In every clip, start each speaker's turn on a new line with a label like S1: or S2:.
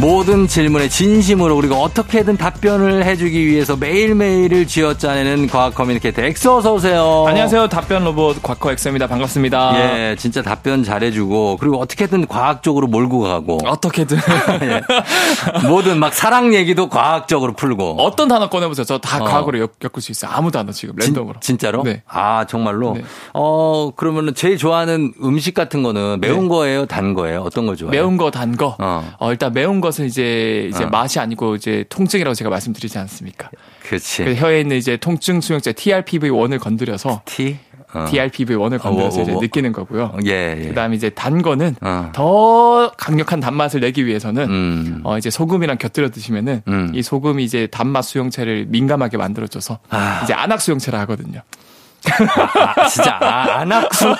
S1: 모든 질문에 진심으로 우리가 어떻게든 답변을 해주기 위해서 매일매일을 쥐어짜내는 과학 커뮤니케이터 엑소 어서 오세요.
S2: 안녕하세요. 답변 로봇 과커 엑스입니다. 반갑습니다.
S1: 예, 진짜 답변 잘해주고 그리고 어떻게든 과학적으로 몰고 가고
S2: 어떻게든
S1: 예. 뭐든 막 사랑 얘기도 과학적으로 풀고
S2: 어떤 단어 꺼내보세요. 저 다
S1: 어.
S2: 과거로 엮- 엮을 수 있어요. 아무 단어 지금
S1: 진,
S2: 랜덤으로.
S1: 진짜로?
S2: 네.
S1: 아 정말로?
S2: 네.
S1: 어 그러면은 제일 좋아하는 음식 같은 거는 매운
S2: 네.
S1: 거예요, 단 거예요? 어떤 거 좋아해요?
S2: 매운 거, 단 거.
S1: 어.
S2: 어. 일단 매운 것은 이제 이제
S1: 어.
S2: 맛이 아니고 이제 통증이라고 제가 말씀드리지 않습니까?
S1: 그렇지.
S2: 그래서 혀에 있는 이제 통증 수용제 TRPV1을 건드려서
S1: 티. 어.
S2: TRPV1을 건드려서
S1: 어, 어,
S2: 이제
S1: 어.
S2: 느끼는 거고요.
S1: 예. 예.
S2: 그다음에 이제 단 거는
S1: 어.
S2: 더 강력한 단맛을 내기 위해서는
S1: 음.
S2: 어 이제 소금이랑 곁들여 드시면은
S1: 음.
S2: 이 소금이 이제 단맛 수용체를 민감하게 만들어줘서
S1: 아.
S2: 이제 안악 수용체라 하거든요.
S1: 아, 진짜 아, 안악수.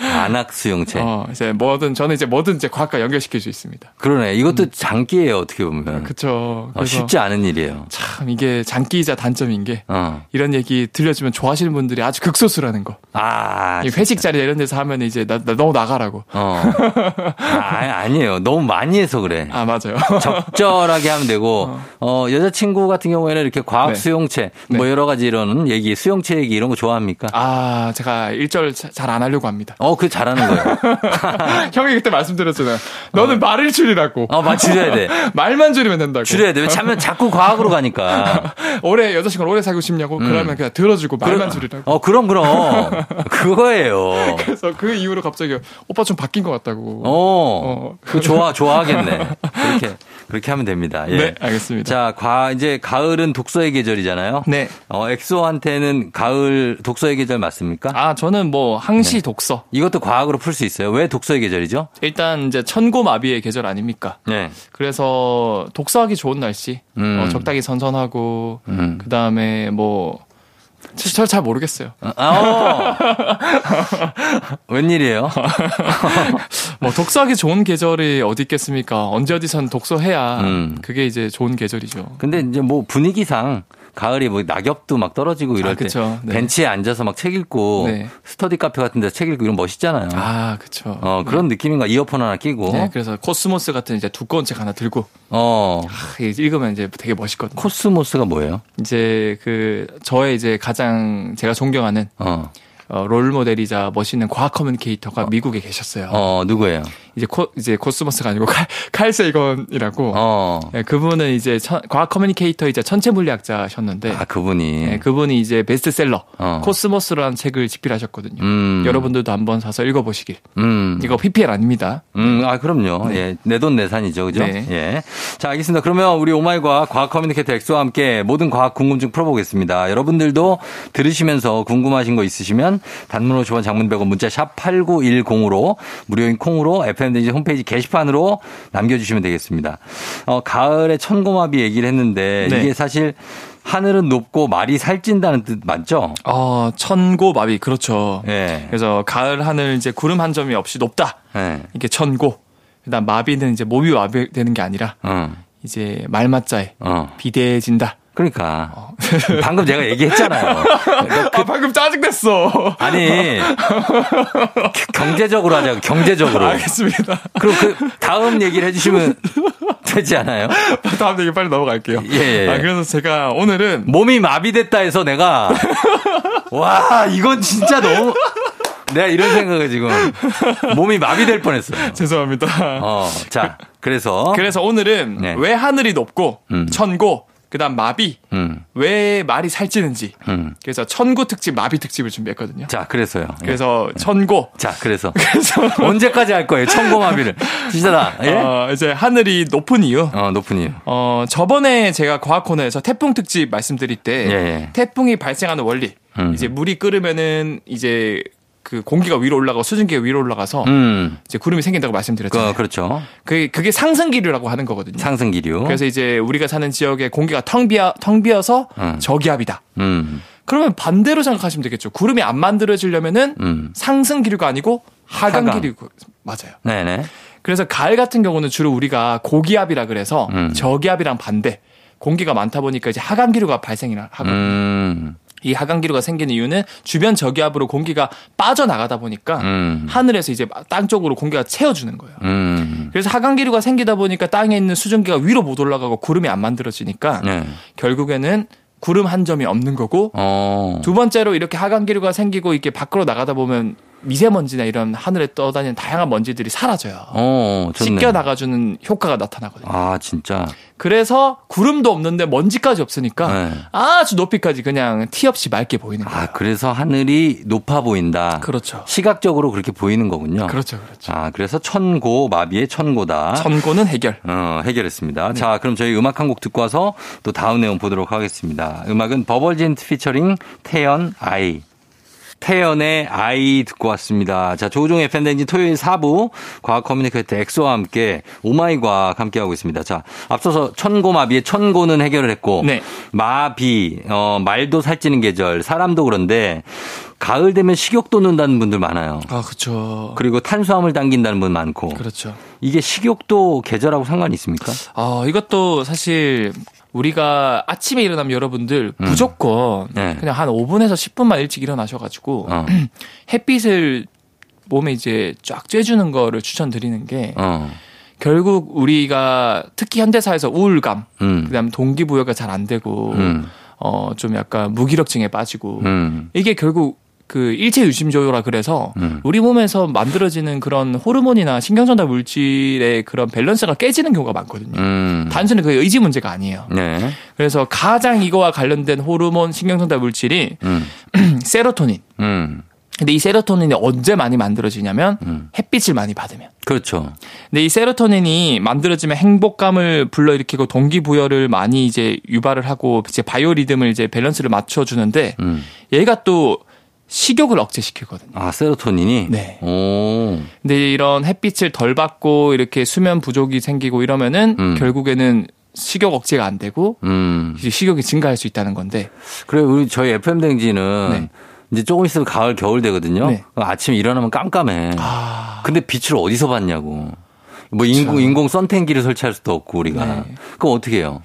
S1: 안악수용체.
S2: 어, 이제 뭐든 저는 이제 뭐든 이제 과학과 연결시킬 수 있습니다.
S1: 그러네. 이것도 장기예요, 어떻게 보면.
S2: 음. 그렇죠.
S1: 어, 쉽지 않은 일이에요.
S2: 참 이게 장기이자 단점인 게
S1: 어.
S2: 이런 얘기 들려주면 좋아하시는 분들이 아주 극소수라는 거.
S1: 아,
S2: 이 회식 자리 이런 데서 하면 이제 나, 나 너무 나가라고.
S1: 어. 아, 니에요 너무 많이 해서 그래.
S2: 아 맞아요.
S1: 적절하게 하면 되고, 어, 여자친구 같은 경우에는 이렇게 과학
S2: 네.
S1: 수용체, 뭐
S2: 네.
S1: 여러 가지 이런 얘기, 수용체 얘기 이런 거 좋아합니까?
S2: 아 제가 일절 잘 안 하려고 합니다.
S1: 어, 그 잘하는
S2: 네.
S1: 거예요.
S2: 형이 그때 말씀드렸잖아요. 너는 말을 줄이라고.
S1: 어, 막 줄여야 돼.
S2: 말만 줄이면 된다고.
S1: 줄여야 돼. 왜냐면 자꾸 과학으로 가니까.
S2: 오래 여자친구를 오래 사귀고 싶냐고.
S1: 음.
S2: 그러면 그냥 들어주고 말만 줄이라고.
S1: 어, 그럼, 그럼. 그거예요.
S2: 그래서 그 이후로 갑자기 오빠 좀 바뀐 것 같다고.
S1: 어,
S2: 어.
S1: 그 좋아, 좋아하겠네. 그렇게, 그렇게 하면 됩니다. 예.
S2: 네, 알겠습니다.
S1: 자, 과, 이제 가을은 독서의 계절이잖아요.
S2: 네.
S1: 어, 엑소한테는 가을 독서의 계절 맞습니까?
S2: 아 저는 뭐 항시
S1: 네.
S2: 독서.
S1: 이것도 과학으로 풀 수 있어요. 왜 독서의 계절이죠?
S2: 일단 이제 천고마비의 계절 아닙니까?
S1: 네.
S2: 그래서 독서하기 좋은 날씨,
S1: 음.
S2: 어, 적당히 선선하고 그 다음에 뭐. 저잘 모르겠어요.
S1: 아, 어. 웬일이에요?
S2: 뭐 독서하기 좋은 계절이 어디 있겠습니까? 언제 어디선 독서해야
S1: 음.
S2: 그게 이제 좋은 계절이죠.
S1: 근데 이제 뭐 분위기상 가을이 뭐 낙엽도 막 떨어지고 이럴
S2: 아,
S1: 때
S2: 그쵸. 네.
S1: 벤치에 앉아서 막 책 읽고
S2: 네.
S1: 스터디 카페 같은 데서 책 읽고 이런 멋있잖아요.
S2: 아, 그렇죠.
S1: 어, 그런 느낌인가? 이어폰 하나 끼고.
S2: 네, 그래서 코스모스 같은 이제 두꺼운 책 하나 들고
S1: 어.
S2: 크, 이제 읽으면 이제 되게 멋있거든요.
S1: 코스모스가 뭐예요?
S2: 이제 그 저의 이제 가장 제가 존경하는
S1: 어.
S2: 어, 롤 모델이자 멋있는 과학 커뮤니케이터가 미국에 계셨어요.
S1: 어, 누구예요?
S2: 이제 코 이제 코스모스가 아니고 칼 칼세이건이라고.
S1: 어.
S2: 네, 그분은 이제 천- 과학 커뮤니케이터이자 천체 물리학자셨는데
S1: 아, 그분이.
S2: 네, 그분이 이제 베스트셀러
S1: 어.
S2: 코스모스라는 책을 집필하셨거든요.
S1: 음.
S2: 여러분들도 한번 사서 읽어보시길.
S1: 음.
S2: 이거 PPL 아닙니다.
S1: 음, 아, 그럼요. 예. 내돈내산이죠. 그죠?
S2: 네.
S1: 예. 자, 알겠습니다. 그러면 우리 오마이과 과학 커뮤니케이터 엑소와 함께 모든 과학 궁금증 풀어보겠습니다. 여러분들도 들으시면서 궁금하신 거 있으시면 단문 50원 장문 100원 문자 샵 8910으로 무료인 콩으로 FM등지 홈페이지 게시판으로 남겨주시면 되겠습니다. 어, 가을에 천고마비 얘기를 했는데
S2: 네.
S1: 이게 사실 하늘은 높고 말이 살찐다는 뜻 맞죠?
S2: 어, 천고 마비 그렇죠.
S1: 예.
S2: 그래서 가을 하늘 이제 구름 한 점이 없이 높다.
S1: 예.
S2: 이게 천고. 그다음 마비는 이제 몸이 마비되는 게 아니라
S1: 어,
S2: 이제 말맞자에
S1: 어.
S2: 비대해진다.
S1: 그러니까. 방금 제가 얘기했잖아요. 그
S2: 아, 방금 짜증냈어.
S1: 아니 겨- 경제적으로 하자고 경제적으로
S2: 네. 아, 알겠습니다.
S1: 그럼 그 다음 얘기를 해주시면 되지 않아요?
S2: 다음 얘기 빨리 넘어갈게요.
S1: 예, 뭐. 예.
S2: 아, 그래서 제가 오늘은
S1: 몸이 마비됐다 해서 내가 와 이건 진짜 너무 내가 이런 생각을 지금 몸이 마비될 뻔했어.
S2: 죄송합니다.
S1: 어자 그래서
S2: 그래서 오늘은
S1: 네.
S2: 왜 하늘이 높고 천고 그다음 마비
S1: 음,
S2: 왜 말이 살찌는지
S1: 음.
S2: 그래서 천고 특집 마비 특집을 준비했거든요.
S1: 자 그래서요. 예.
S2: 그래서 천고
S1: 자 네. 그래서
S2: 그래서
S1: 언제까지 할 거예요? 천고마비를 진짜 나 예?
S2: 어, 이제 하늘이 높은 이유.
S1: 어 높은 이유.
S2: 어, 저번에 제가 과학 코너에서 태풍 특집 말씀드릴 때
S1: 예, 예.
S2: 태풍이 발생하는 원리.
S1: 음.
S2: 이제 물이 끓으면은 이제 그 공기가 위로 올라가고 수증기가 위로 올라가서
S1: 음
S2: 이제 구름이 생긴다고 말씀드렸잖아요.
S1: 그, 그렇죠.
S2: 그게 그게 상승 기류라고 하는 거거든요.
S1: 상승 기류.
S2: 그래서 이제 우리가 사는 지역에 공기가 텅 비어 텅 비어서
S1: 음.
S2: 저기압이다.
S1: 음
S2: 그러면 반대로 생각하시면 되겠죠. 구름이 안 만들어지려면은
S1: 음.
S2: 상승 기류가 아니고 하강
S1: 하강.
S2: 기류 맞아요.
S1: 네네.
S2: 그래서 가을 같은 경우는 주로 우리가 고기압이라 그래서
S1: 음.
S2: 저기압이랑 반대 공기가 많다 보니까 이제 하강기류가 발생을 하고
S1: 음,
S2: 이 하강기류가 생긴 이유는 주변 저기압으로 공기가 빠져나가다 보니까
S1: 음,
S2: 하늘에서 이제 땅 쪽으로 공기가 채워주는 거예요.
S1: 음.
S2: 그래서 하강기류가 생기다 보니까 땅에 있는 수증기가 위로 못 올라가고 구름이 안 만들어지니까
S1: 네.
S2: 결국에는 구름 한 점이 없는 거고
S1: 어.
S2: 두 번째로 이렇게 하강기류가 생기고 이렇게 밖으로 나가다 보면 미세먼지나 이런 하늘에 떠다니는 다양한 먼지들이 사라져요.
S1: 어, 좋네.
S2: 씻겨 나가주는 효과가 나타나거든요.
S1: 아, 진짜.
S2: 그래서 구름도 없는데 먼지까지 없으니까
S1: 네.
S2: 아주 높이까지 그냥 티 없이 맑게 보이는 거예요.
S1: 아, 그래서 하늘이 높아 보인다.
S2: 그렇죠.
S1: 시각적으로 그렇게 보이는 거군요.
S2: 그렇죠, 그렇죠.
S1: 아, 그래서 천고, 마비의 천고다.
S2: 천고는 해결.
S1: 어,
S2: 네.
S1: 해결했습니다. 자, 그럼 저희 음악 한 곡 듣고 와서 또 다음 내용 보도록 하겠습니다. 음악은 버벌진트 피처링 태연 아이. 태연의 아이 듣고 왔습니다. 자, 조종의 팬데인지 토요일 4부 과학 커뮤니케이터 엑소와 함께 오마이 과학 함께하고 있습니다. 자, 앞서서 천고마비의 천고는 해결을 했고
S2: 네.
S1: 마비, 어, 말도 살찌는 계절, 사람도 그런데 가을 되면 식욕도 는다는 분들 많아요.
S2: 아, 그렇죠.
S1: 그리고 탄수화물 당긴다는 분 많고
S2: 그렇죠.
S1: 이게 식욕도 계절하고 상관이 있습니까?
S2: 아, 이것도 사실 우리가 아침에 일어나면 여러분들 무조건
S1: 음. 네.
S2: 그냥 한 5분에서 10분만 일찍 일어나셔가지고
S1: 어,
S2: 햇빛을 몸에 이제 쫙 쬐주는 거를 추천드리는 게
S1: 어,
S2: 결국 우리가 특히 현대사에서 우울감,
S1: 음,
S2: 그다음 동기부여가 잘 안 되고
S1: 음,
S2: 어 좀 약간 무기력증에 빠지고
S1: 음,
S2: 이게 결국 그 일체 유심조요라 그래서
S1: 음.
S2: 우리 몸에서 만들어지는 그런 호르몬이나 신경전달 물질의 그런 밸런스가 깨지는 경우가 많거든요.
S1: 음.
S2: 단순히 그 의지 문제가 아니에요.
S1: 네,
S2: 그래서 가장 이거와 관련된 호르몬 신경전달 물질이
S1: 음,
S2: 세로토닌.
S1: 음,
S2: 근데 이 세로토닌이 언제 많이 만들어지냐면
S1: 음.
S2: 햇빛을 많이 받으면.
S1: 그렇죠.
S2: 근데 이 세로토닌이 만들어지면 행복감을 불러일으키고 동기부여를 많이 이제 유발을 하고 이제 바이오리듬을 이제 밸런스를 맞춰주는데
S1: 음.
S2: 얘가 또 식욕을 억제시키거든요.
S1: 아, 세로토닌이.
S2: 네.
S1: 오,
S2: 근데 이런 햇빛을 덜 받고 이렇게 수면 부족이 생기고 이러면은
S1: 음.
S2: 결국에는 식욕 억제가 안 되고
S1: 음.
S2: 이제 식욕이 증가할 수 있다는 건데
S1: 그래, 우리 저희 FM 댕지는
S2: 네.
S1: 이제 조금 있으면 가을, 겨울 되거든요.
S2: 네.
S1: 그럼 아침에 일어나면 깜깜해.
S2: 아
S1: 근데 빛을 어디서 봤냐고. 뭐 인공, 인공 선탠기를 설치할 수도 없고 우리가.
S2: 네.
S1: 그럼 어떻게 해요?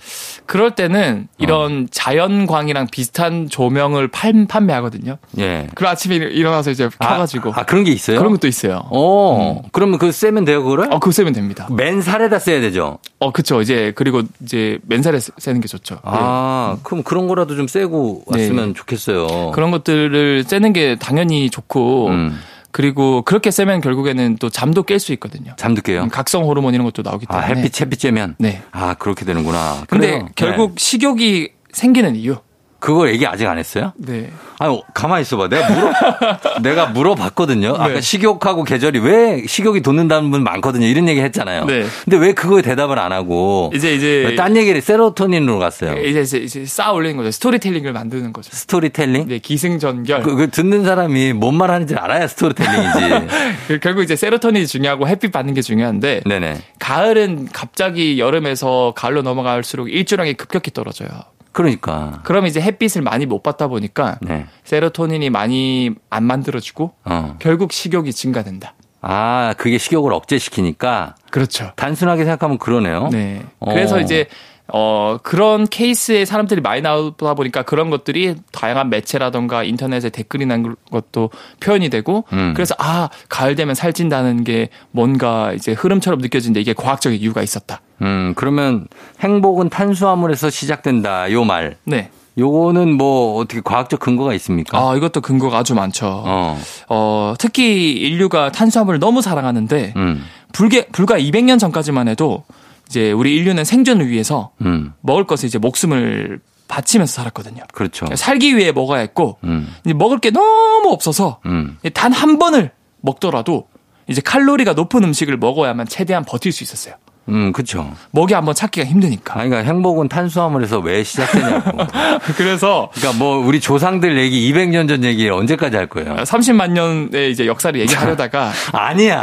S2: 그럴 때는
S1: 어.
S2: 이런 자연광이랑 비슷한 조명을 팔- 판매하거든요.
S1: 예.
S2: 그리고 아침에 일- 일어나서 이제 켜가지고
S1: 아, 아, 그런 게 있어요?
S2: 그런 것도 있어요.
S1: 어, 그러면 그거 쐬면 돼요, 그거를?
S2: 어, 그거 쓰면 됩니다.
S1: 맨살에다 써야 되죠.
S2: 어, 그쵸. 이제, 그리고 이제 맨살에 쓰- 쓰는 게 좋죠.
S1: 아, 그럼 그런 거라도 좀 세고
S2: 예. 네.
S1: 왔으면 좋겠어요.
S2: 그런 것들을 쐬는 게 당연히 좋고,
S1: 음,
S2: 그리고 그렇게 쐬면 결국에는 또 잠도 깰 수 있거든요.
S1: 잠도 깨요.
S2: 음, 각성 호르몬 이런 것도 나오기
S1: 아,
S2: 때문에.
S1: 햇빛, 햇빛 쬐면?
S2: 네.
S1: 아, 그렇게 되는구나.
S2: 근데
S1: 그래요.
S2: 결국 식욕이 생기는 이유.
S1: 네. 그걸 얘기 아직 안 했어요?
S2: 네.
S1: 아니, 가만히 있어봐. 내가 물어, 내가 물어봤거든요. 아까
S2: 네.
S1: 식욕하고 계절이 왜 식욕이 돋는다는 분 많거든요. 이런 얘기 했잖아요.
S2: 네.
S1: 근데 왜 그거에 대답을 안 하고.
S2: 이제,
S1: 어, 왜
S2: 이제. 예.
S1: 딴 얘기를 세로토닌으로 갔어요.
S2: 이제, 이제, 이제 쌓아 올리는 거죠. 스토리텔링을 만드는 거죠.
S1: 스토리텔링?
S2: 네, 기승전결.
S1: 그, 그 듣는 사람이 뭔 말 하는지 알아야 스토리텔링이지.
S2: 그- 결국 이제 세로토닌이 중요하고 햇빛 받는 게 중요한데,
S1: 네네.
S2: 가을은 갑자기 여름에서 가을로 넘어갈수록 일조량이 급격히 떨어져요.
S1: 그러니까.
S2: 그럼 이제 햇빛을 많이 못 받다 보니까
S1: 네.
S2: 세로토닌이 많이 안 만들어지고
S1: 어.
S2: 결국 식욕이 증가된다.
S1: 아, 그게 식욕을 억제시키니까
S2: 그렇죠.
S1: 단순하게 생각하면 그러네요.
S2: 네.
S1: 어.
S2: 그래서 이제 어 그런 케이스에 사람들이 많이 나오다 보니까 그런 것들이 다양한 매체라던가 인터넷에 댓글이 난 것도 표현이 되고
S1: 음.
S2: 그래서 아 가을 되면 살찐다는 게 뭔가 이제 흐름처럼 느껴지는데 이게 과학적인 이유가 있었다.
S1: 음, 그러면 행복은 탄수화물에서 시작된다. 요 말.
S2: 네.
S1: 요거는 뭐 어떻게 과학적 근거가 있습니까?
S2: 아 이것도 근거가 아주 많죠.
S1: 어.
S2: 어 특히 인류가 탄수화물을 너무 사랑하는데
S1: 음.
S2: 불게, 불과 200년 전까지만 해도 이제 우리 인류는 생존을 위해서
S1: 음.
S2: 먹을 것에 이제 목숨을 바치면서 살았거든요.
S1: 그렇죠.
S2: 살기 위해 먹어야 했고
S1: 음.
S2: 이제 먹을 게 너무 없어서
S1: 음.
S2: 단 한 번을 먹더라도 이제 칼로리가 높은 음식을 먹어야만 최대한 버틸 수 있었어요.
S1: 음, 그렇죠.
S2: 먹이 한번 찾기가 힘드니까.
S1: 아니, 그러니까 행복은 탄수화물에서 왜 시작되냐고.
S2: 그래서
S1: 그러니까 뭐 우리 조상들 얘기 200년 전 얘기 언제까지 할 거예요?
S2: 30만 년의 이제 역사를 얘기하려다가
S1: 아니야.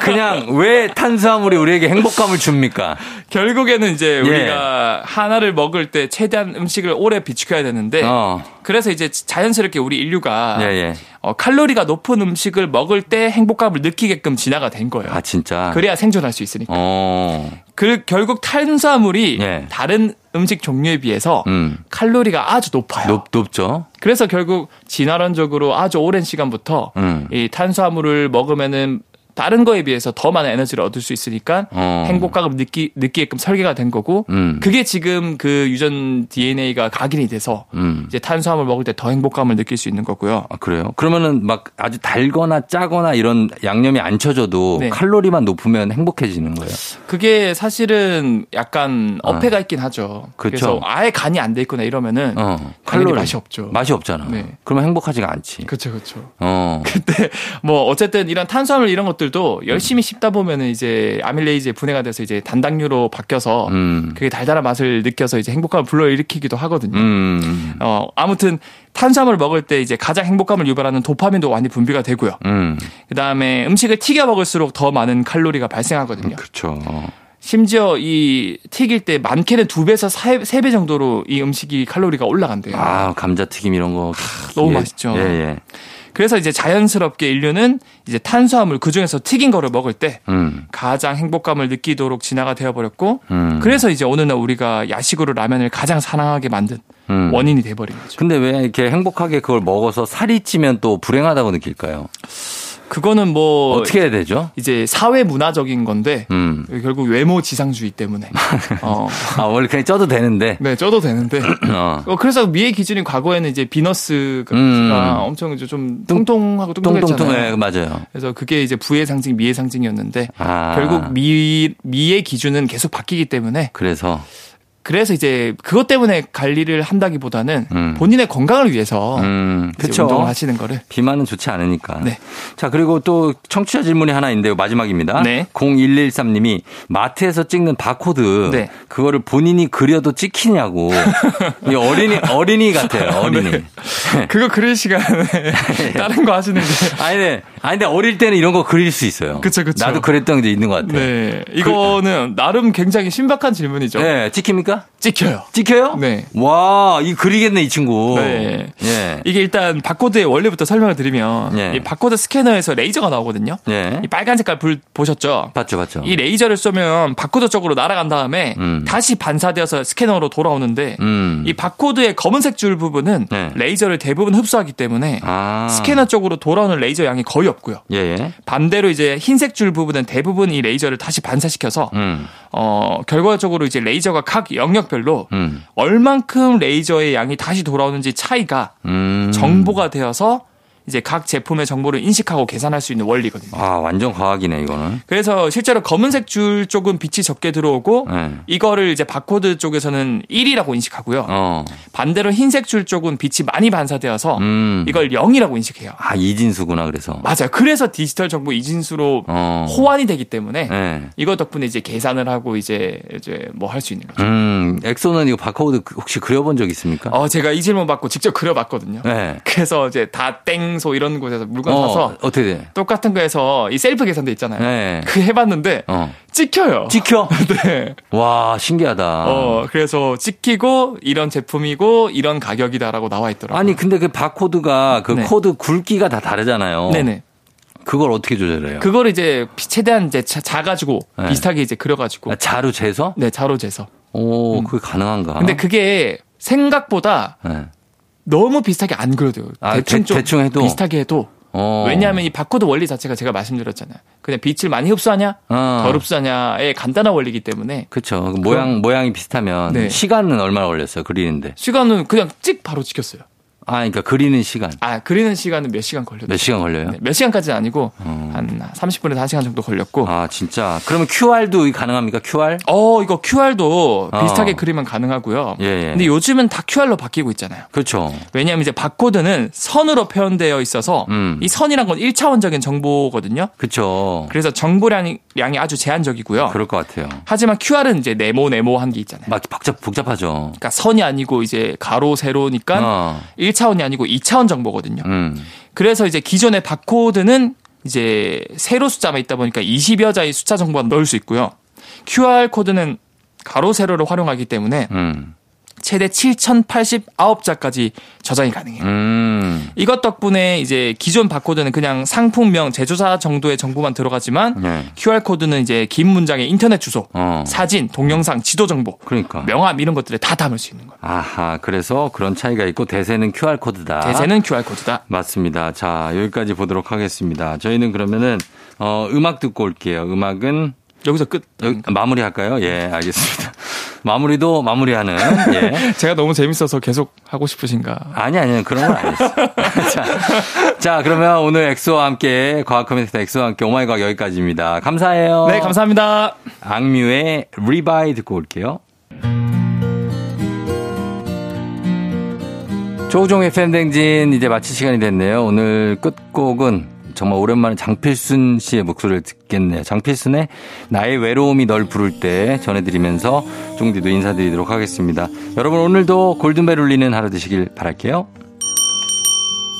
S1: 그냥 왜 탄수화물이 우리에게 행복감을 줍니까? 예.
S2: 결국에는 이제 우리가 하나를 먹을 때 최대한 음식을 오래 비축해야 되는데
S1: 어.
S2: 그래서 이제 자연스럽게 우리 인류가
S1: 예, 예.
S2: 어, 칼로리가 높은 음식을 먹을 때 행복감을 느끼게끔 진화가 된 거예요.
S1: 아, 진짜.
S2: 그래야 생존할 수 있으니까.
S1: 어.
S2: 그 결국 탄수화물이
S1: 예.
S2: 다른 음식 종류에 비해서
S1: 음.
S2: 칼로리가 아주 높아요.
S1: 높, 높죠?
S2: 그래서 결국 진화론적으로 아주 오랜 시간부터
S1: 음.
S2: 이 탄수화물을 먹으면은 다른 거에 비해서 더 많은 에너지를 얻을 수 있으니까
S1: 어.
S2: 행복감을 느끼, 느끼게끔 설계가 된 거고
S1: 음.
S2: 그게 지금 그 유전 DNA가 각인이 돼서
S1: 음.
S2: 이제 탄수화물 먹을 때 더 행복감을 느낄 수 있는 거고요.
S1: 아, 그래요? 그러면은 막 아주 달거나 짜거나 이런 양념이 안 쳐져도
S2: 네.
S1: 칼로리만 높으면 행복해지는 거예요.
S2: 그게 사실은 약간 어폐가 있긴 하죠.
S1: 아. 그렇죠.
S2: 그래서 아예 간이 안 돼 있거나 이러면은
S1: 어.
S2: 칼로리 맛이 없죠.
S1: 맛이 없잖아.
S2: 네.
S1: 그러면 행복하지가 않지.
S2: 그렇죠, 그렇죠.
S1: 어.
S2: 뭐 어쨌든 이런 탄수화물 이런 것들도 열심히 씹다 보면은 이제 아밀레이제 분해가 돼서 이제 단당류로 바뀌어서
S1: 음.
S2: 그게 달달한 맛을 느껴서 이제 행복감을 불러일으키기도 하거든요.
S1: 음.
S2: 어 아무튼 탄수화물 먹을 때 이제 가장 행복감을 유발하는 도파민도 많이 분비가 되고요.
S1: 음.
S2: 그다음에 음식을 튀겨 먹을수록 더 많은 칼로리가 발생하거든요.
S1: 그렇죠.
S2: 심지어 이 튀길 때 많게는 두 배에서 세 배 정도로 이 음식이 칼로리가 올라간대요.
S1: 아, 감자튀김 이런 거.
S2: 네. 아, 너무
S1: 예.
S2: 맛있죠.
S1: 예, 예.
S2: 그래서 이제 자연스럽게 인류는 이제 탄수화물 그 중에서 튀긴 거를 먹을 때
S1: 음.
S2: 가장 행복감을 느끼도록 진화가 되어버렸고
S1: 음.
S2: 그래서 이제 오늘날 우리가 야식으로 라면을 가장 사랑하게 만든
S1: 음.
S2: 원인이 돼버린 거죠.
S1: 근데 왜 이렇게 행복하게 그걸 먹어서 살이 찌면 또 불행하다고 느낄까요?
S2: 그거는 뭐
S1: 어떻게 해야 되죠?
S2: 이제 사회 문화적인 건데
S1: 음.
S2: 결국 외모 지상주의 때문에 어,
S1: 아, 원래 그냥 쪄도 되는데.
S2: 네 쪄도 되는데
S1: 어.
S2: 어, 그래서 미의 기준인 과거에는 이제 비너스가
S1: 음.
S2: 엄청 이제 좀 통통하고
S1: 뚱뚱뚱,
S2: 뚱뚱했잖아요.
S1: 예, 맞아요.
S2: 그래서 그게 이제 부의 상징, 미의 상징이었는데
S1: 아.
S2: 결국 미 미의 기준은 계속 바뀌기 때문에
S1: 그래서.
S2: 그래서 이제 그것 때문에 관리를 한다기보다는
S1: 음.
S2: 본인의 건강을 위해서
S1: 음.
S2: 어, 이제
S1: 그쵸.
S2: 운동을 하시는 거를
S1: 비만은 좋지 않으니까.
S2: 네.
S1: 자, 그리고 또 청취자 질문이 하나 있는데요. 마지막입니다.
S2: 네.
S1: 0113님이 마트에서 찍는 바코드
S2: 네.
S1: 그거를 본인이 그려도 찍히냐고. 이 어린이 어린이
S2: 네.
S1: 같아요. 어린이.
S2: 그거 그릴 시간에 다른 거 하시는 게
S1: 아니, 네. 아니, 근데 어릴 때는 이런 거 그릴 수 있어요.
S2: 그쵸, 그쵸.
S1: 나도 그랬던 게 있는 것 같아요.
S2: 네. 이거는 나름 굉장히 신박한 질문이죠.
S1: 네, 찍힙니까?
S2: 찍혀요.
S1: 찍혀요?
S2: 네.
S1: 와, 이 그리겠네, 이 친구.
S2: 네.
S1: 예.
S2: 이게 일단 바코드의 원리부터 설명을 드리면
S1: 예.
S2: 이 바코드 스캐너에서 레이저가 나오거든요.
S1: 예.
S2: 이 빨간 색깔 불 보셨죠?
S1: 봤죠, 봤죠.
S2: 이 레이저를 쏘면 바코드 쪽으로 날아간 다음에
S1: 음.
S2: 다시 반사되어서 스캐너로 돌아오는데
S1: 음.
S2: 이 바코드의 검은색 줄 부분은
S1: 네.
S2: 레이저를 대부분 흡수하기 때문에
S1: 아.
S2: 스캐너 쪽으로 돌아오는 레이저 양이 거의 없고요.
S1: 예, 예.
S2: 반대로 이제 흰색 줄 부분은 대부분 이 레이저를 다시 반사시켜서
S1: 음.
S2: 어 결과적으로 이제 레이저가 각 영역별로
S1: 음.
S2: 얼만큼 레이저의 양이 다시 돌아오는지 차이가
S1: 음.
S2: 정보가 되어서 이제 각 제품의 정보를 인식하고 계산할 수 있는 원리거든요.
S1: 아, 완전 과학이네, 이거는.
S2: 그래서 실제로 검은색 줄 쪽은 빛이 적게 들어오고
S1: 예.
S2: 이거를 이제 바코드 쪽에서는 1이라고 인식하고요.
S1: 어.
S2: 반대로 흰색 줄 쪽은 빛이 많이 반사되어서
S1: 음.
S2: 이걸 0이라고 인식해요.
S1: 아, 이진수구나, 그래서.
S2: 맞아요. 그래서 디지털 정보 이진수로
S1: 어.
S2: 호환이 되기 때문에
S1: 예.
S2: 이거 덕분에 이제 계산을 하고 이제 이제 뭐 할 수 있는 거죠.
S1: 음, 엑소는 이거 바코드 혹시 그려본 적 있습니까?
S2: 어 제가 이 질문 받고 직접 그려봤거든요.
S1: 네.
S2: 그래서 이제 다 땡소 이런 곳에서 물건 사서
S1: 어떻게 돼?
S2: 똑같은 거에서 이 셀프 계산대 있잖아요.
S1: 네.
S2: 그 해봤는데
S1: 어.
S2: 찍혀요.
S1: 찍혀?
S2: 네.
S1: 와, 신기하다.
S2: 어 그래서 찍히고 이런 제품이고 이런 가격이다라고 나와 있더라고요.
S1: 아니, 근데 그 바코드가 그
S2: 네.
S1: 코드 굵기가 다 다르잖아요. 어.
S2: 네네.
S1: 그걸 어떻게 조절해요?
S2: 그거를 이제 최대한 이제 자- 작아지고
S1: 네.
S2: 비슷하게 이제 그려가지고
S1: 아, 자루 재서?
S2: 네 자로 재서.
S1: 오, 그게 가능한가?
S2: 근데 그게 생각보다
S1: 네.
S2: 너무 비슷하게 안 그려도
S1: 아,
S2: 대충
S1: 대-
S2: 좀
S1: 대충 해도?
S2: 비슷하게 해도
S1: 어.
S2: 왜냐하면 이 바코드 원리 자체가 제가 말씀드렸잖아요. 그냥 빛을 많이 흡수하냐,
S1: 어.
S2: 덜 흡수하냐의 간단한 원리이기 때문에
S1: 그쵸. 그 모양, 모양이 비슷하면.
S2: 네.
S1: 시간은 얼마나 걸렸어요, 그리는데?
S2: 시간은 그냥 찍 바로 찍혔어요.
S1: 아, 그러니까 그리는 시간.
S2: 아 그리는 시간은 몇 시간 걸렸죠?
S1: 몇 시간 어. 걸려요?
S2: 네, 몇 시간까지는 아니고 한 30분에서 1시간 정도 걸렸고.
S1: 아, 진짜. 그러면 QR도 가능합니까, QR?
S2: 어 이거 QR도
S1: 어.
S2: 비슷하게 그리면 가능하고요.
S1: 예, 예.
S2: 근데 요즘은 다 QR로 바뀌고 있잖아요.
S1: 그렇죠.
S2: 왜냐하면 이제 바코드는 선으로 표현되어 있어서
S1: 음.
S2: 이 선이란 건 1차원적인 정보거든요.
S1: 그렇죠.
S2: 그래서 정보량이 양이 아주 제한적이고요.
S1: 그럴 것 같아요.
S2: 하지만 QR은 이제 네모 네모한 게 있잖아요.
S1: 막 복잡 복잡하죠.
S2: 그러니까 선이 아니고 이제 가로 세로니까
S1: 어.
S2: 1차원이 아니고 2차원 정보거든요.
S1: 음.
S2: 그래서 이제 기존의 바코드는 이제 세로 숫자만 있다 보니까 20여 자의 숫자 정보만 넣을 수 있고요. QR 코드는 가로 세로를 활용하기 때문에
S1: 음.
S2: 최대 7,089자까지 저장이 가능해요.
S1: 음.
S2: 이것 덕분에 이제 기존 바코드는 그냥 상품명, 제조사 정도의 정보만 들어가지만
S1: 네.
S2: QR 코드는 이제 긴 문장의 인터넷 주소,
S1: 어.
S2: 사진, 동영상, 지도 정보,
S1: 그러니까.
S2: 명함 이런 것들을 다 담을 수 있는 거예요.
S1: 아하, 그래서 그런 차이가 있고 대세는 QR 코드다.
S2: 대세는 QR 코드다.
S1: 맞습니다. 자, 여기까지 보도록 하겠습니다. 저희는 그러면은 어, 음악 듣고 올게요. 음악은
S2: 여기서 끝.
S1: 여기- 마무리할까요? 예, 알겠습니다. 마무리도 마무리하는 예.
S2: 제가 너무 재밌어서 계속 하고 싶으신가?
S1: 아니, 아니, 그런 건 아니었어. 자, 자, 그러면 오늘 엑소와 함께, 과학 커뮤니티 엑소와 함께 오마이과학 여기까지입니다. 감사해요.
S2: 네, 감사합니다.
S1: 악뮤의 리바이 듣고 올게요. 조종의 팬댕진 이제 마칠 시간이 됐네요. 오늘 끝곡은 정말 오랜만에 장필순 씨의 목소리를 듣겠네요. 장필순의 나의 외로움이 널 부를 때 전해드리면서 쫑디도 인사드리도록 하겠습니다. 여러분 오늘도 골든벨 울리는 하루 되시길 바랄게요.